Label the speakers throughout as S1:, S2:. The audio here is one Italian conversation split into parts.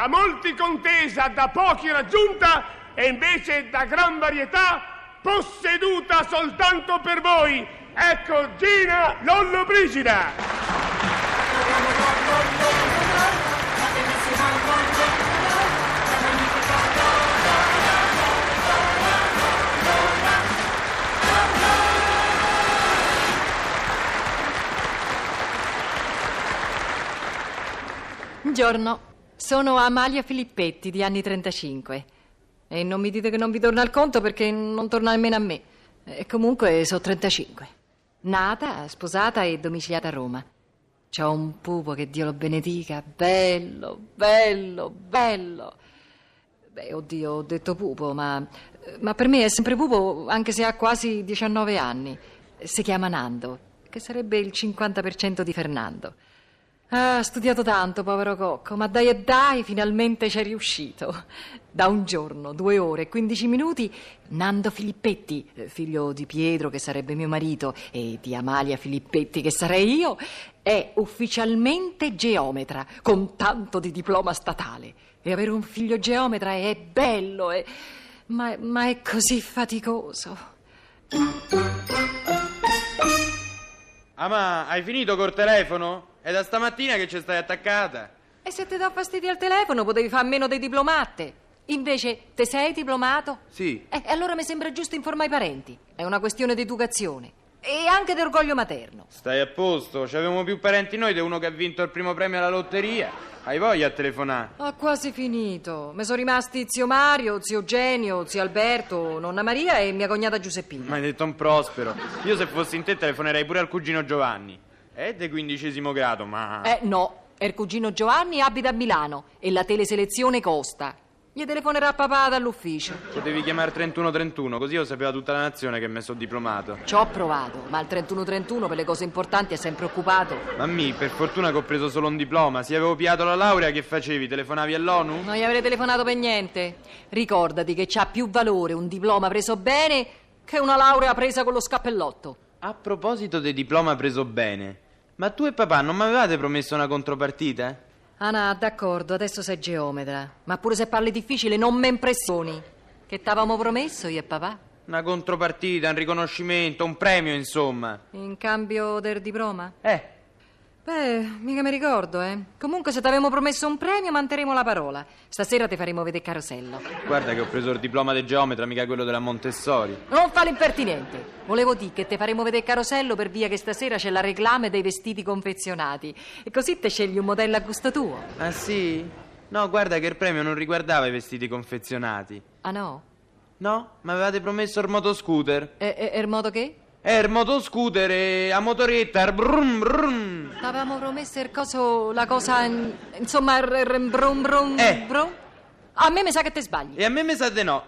S1: Da molti contesa, da pochi raggiunta e invece da gran varietà posseduta soltanto per voi. Ecco Gina Lollobrigida.
S2: Buongiorno, sono Amalia Filippetti di anni 35 e non mi dite che non vi torna il conto perché non torna nemmeno a me. E comunque sono 35. Nata, sposata e domiciliata a Roma. C'ho un pupo che Dio lo benedica, bello, bello, bello. Beh, oddio, ho detto pupo, ma, ma per me è sempre pupo anche se ha quasi 19 anni. Si chiama Nando, che sarebbe il 50% di Fernando. Ah, ha studiato tanto, povero Cocco, ma dai e dai, finalmente c'è riuscito. Da un giorno, due ore e quindici minuti, Nando Filippetti, eh, figlio di Pietro, che sarebbe mio marito, e di Amalia Filippetti, che sarei io, è ufficialmente geometra, con tanto di diploma statale. E avere un figlio geometra è bello, è- ma- ma è così faticoso.
S3: Ah ma hai finito col telefono? È da stamattina che ci stai attaccata.
S2: E se ti dà fastidio al telefono potevi fare meno dei diplomate. Invece te sei diplomato?
S3: Sì.
S2: Eh, E allora mi sembra giusto informare i parenti. È una questione di educazione e anche di orgoglio materno.
S3: Stai a posto, ci avevamo più parenti noi di uno che ha vinto il primo premio alla lotteria. Hai voglia a telefonare?
S2: Ho quasi finito. Mi sono rimasti zio Mario, zio Genio, zio Alberto, nonna Maria e mia cognata Giuseppina.
S3: Ma hai detto un prospero. Io se fossi in te telefonerei pure al cugino Giovanni. È del quindicesimo grado, ma...
S2: Eh no, è il cugino Giovanni abita a Milano e la teleselezione costa. Gli telefonerà papà dall'ufficio.
S3: Potevi chiamare 3131, così lo sapeva tutta la nazione che mi sono diplomato.
S2: Ci ho provato, ma il 31-31 per le cose importanti è sempre occupato.
S3: Ma mi, per fortuna che ho preso solo un diploma. Se avevo piato la laurea, che facevi? Telefonavi all'ONU?
S2: Non gli avrei telefonato per niente. Ricordati che c'ha più valore un diploma preso bene che una laurea presa con lo scappellotto.
S3: A proposito del diploma preso bene, ma tu e papà non mi avevate promesso una contropartita? eh?
S2: Ah, no, d'accordo, adesso sei geometra. Ma pure se parli difficile, non me impressioni. Che t'avevamo promesso io e papà?
S3: Una contropartita, un riconoscimento, un premio, insomma.
S2: In cambio del diploma?
S3: Eh,
S2: Beh, mica mi ricordo, eh. Comunque, se t'avevamo promesso un premio, manteremo la parola. Stasera ti faremo vedere carosello.
S3: guarda che ho preso il diploma di geometra, mica quello della Montessori.
S2: Non fa l'impertinente. Volevo dire che te faremo vedere carosello per via che stasera c'è la reclame dei vestiti confezionati. E così te scegli un modello a gusto tuo.
S3: Ah sì? No, guarda che il premio non riguardava i vestiti confezionati.
S2: Ah no?
S3: No, mi avevate promesso il motoscooter.
S2: E, e, e il modo che?
S3: Eh, il motoscooter e a motoretta, il brum brum.
S2: T'avevamo promesso il coso, la cosa, in- insomma, il r- r- brum brum
S3: Eh.
S2: brum. A me mi sa che te sbagli.
S3: E a me mi sa di no.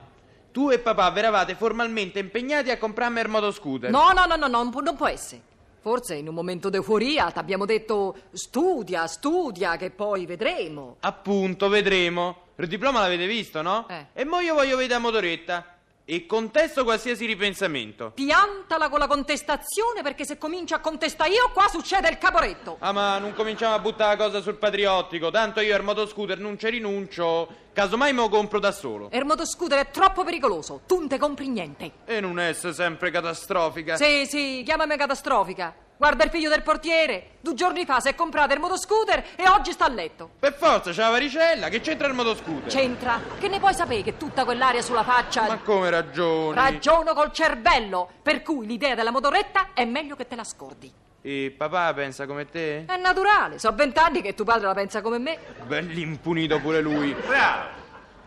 S3: Tu e papà vi eravate formalmente impegnati a comprarmi il motoscooter.
S2: No, no, no, no, no, non può, non può essere. Forse in un momento d'euforia ti abbiamo detto studia, studia, che poi vedremo.
S3: Appunto, vedremo. Il diploma l'avete visto, no?
S2: Eh.
S3: E mo io voglio vedere a motoretta. E contesto qualsiasi ripensamento.
S2: Piantala con la contestazione perché se comincio a contestare io qua succede il caporetto.
S3: Ah, ma non cominciamo a buttare la cosa sul patriottico. Tanto io al motoscooter non ci rinuncio. Casomai me lo compro da solo.
S2: E Il motoscooter Er è troppo pericoloso, tu non te compri niente.
S3: E non essere sempre catastrofica.
S2: Sì, sì, chiamami catastrofica. Guarda il figlio del portiere, due giorni fa si è comprato il motoscooter e oggi sta a letto.
S3: Per forza, c'è la varicella. Che c'entra il motoscooter?
S2: C'entra, che ne puoi sapere che tutta quell'aria sulla faccia...
S3: Ma come ragioni?
S2: Ragiono col cervello, per cui l'idea della motoretta è meglio che te la scordi.
S3: e papà pensa come te?
S2: È naturale, so vent'anni che tuo padre la pensa come me.
S3: Bell'impunito pure lui.
S4: Bravo,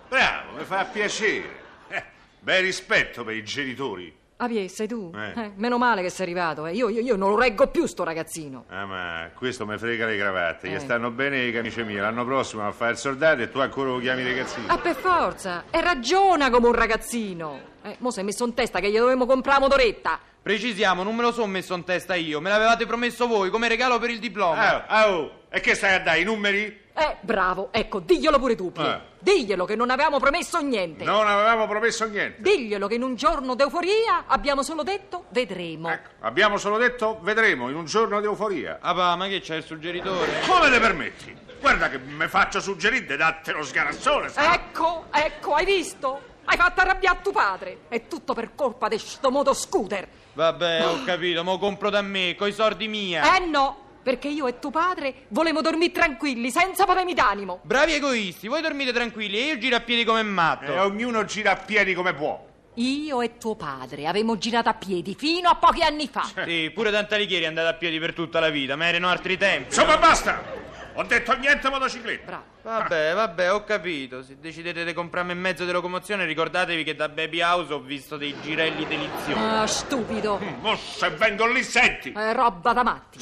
S4: bravo, mi fa piacere. Eh, bel rispetto per i genitori.
S2: Ah, vie, sei tu?
S4: Eh.
S2: Eh, meno male che sei arrivato, eh. io, io- io non lo reggo più sto ragazzino.
S4: Ah, ma questo mi frega le cravatte,
S2: Eh.
S4: che stanno bene le camicie mie. L'anno prossimo va a fare il soldato e tu ancora lo chiami ragazzino.
S2: Ah, per forza, e ragiona come un ragazzino. Eh, mo si è messo in testa che gli dovevamo comprare la motoretta.
S3: Precisiamo, non me lo sono messo in testa io. Me l'avevate promesso voi come regalo per il diploma.
S4: Ah, ah, oh, e che stai a dare, i numeri?
S2: Eh, bravo, ecco, diglielo pure tu, Pie.
S4: Eh.
S2: Diglielo che non avevamo promesso niente.
S4: Non avevamo promesso niente.
S2: Diglielo che in un giorno d'euforia abbiamo solo detto vedremo.
S4: Ecco, abbiamo solo detto, vedremo, in un giorno di euforia.
S3: Ah, pa, ma che c'è il suggeritore?
S4: Come te permetti? Guarda che mi faccio suggerire, datte lo sgarassone. sa?
S5: Ecco, ecco, hai visto? Hai fatto arrabbiare tuo padre. È tutto per colpa di sto moto scooter.
S3: Vabbè, ho capito, mo compro da me, coi sordi mia.
S5: Eh no, perché io e tuo padre volevamo dormire tranquilli, senza problemi d'animo.
S3: Bravi egoisti, voi dormite tranquilli e io giro a piedi come un matto.
S2: Esatto.
S4: E Eh, ognuno gira a piedi come può.
S5: Io e tuo padre avevamo girato a piedi fino a pochi anni fa.
S4: Cioè.
S3: Sì, pure Tantalichieri è andato a piedi per tutta la vita, ma erano altri tempi.
S4: Insomma, basta! Ho detto niente motocicletta.
S5: Bravo.
S3: Vabbè, vabbè, ho capito. Se decidete di comprarmi un mezzo di locomozione, ricordatevi che da Baby House ho visto dei girelli deliziosi.
S5: Ah, stupido.
S4: Mo se vengo lì, senti.
S5: È roba da matti.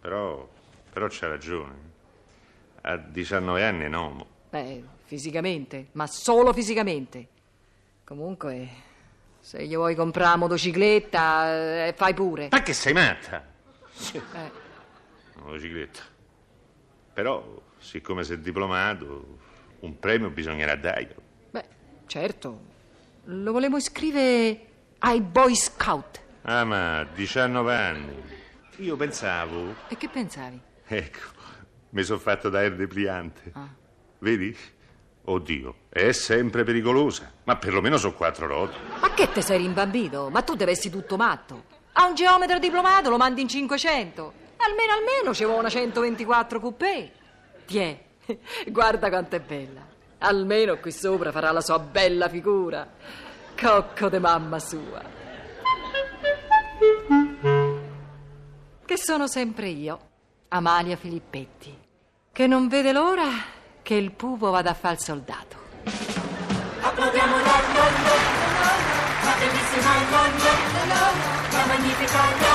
S4: Però, però c'ha ragione. A 19 anni no. mo.
S2: Beh, fisicamente, ma solo fisicamente. Comunque, se gli vuoi comprare la motocicletta, eh, fai pure.
S4: Ma che sei matta?
S2: Eh,
S4: Motocicletta. Però, siccome sei diplomato, un premio bisognerà darglielo.
S2: beh, certo, lo volevo iscrivere ai Boy Scout.
S4: Ah, ma 19 anni. Io pensavo.
S2: E che pensavi?
S4: Ecco, mi sono fatto dare il depliante. Vedi? Oddio, è sempre pericolosa. Ma perlomeno sono quattro rotte.
S2: Ma che te sei rimbambito? Ma tu devessi tutto matto. A un geometra diplomato lo mandi in 500. Almeno, almeno ci vuole una 124 coupé. Tiè, guarda quanto è bella. Almeno qui sopra farà la sua bella figura. Cocco de mamma sua. Che sono sempre io, Amalia Filippetti, che non vede l'ora che il pupo vada a far il soldato.
S6: Applaudiamo dal mondo, la bellissima al mondo, la magnifica al mondo.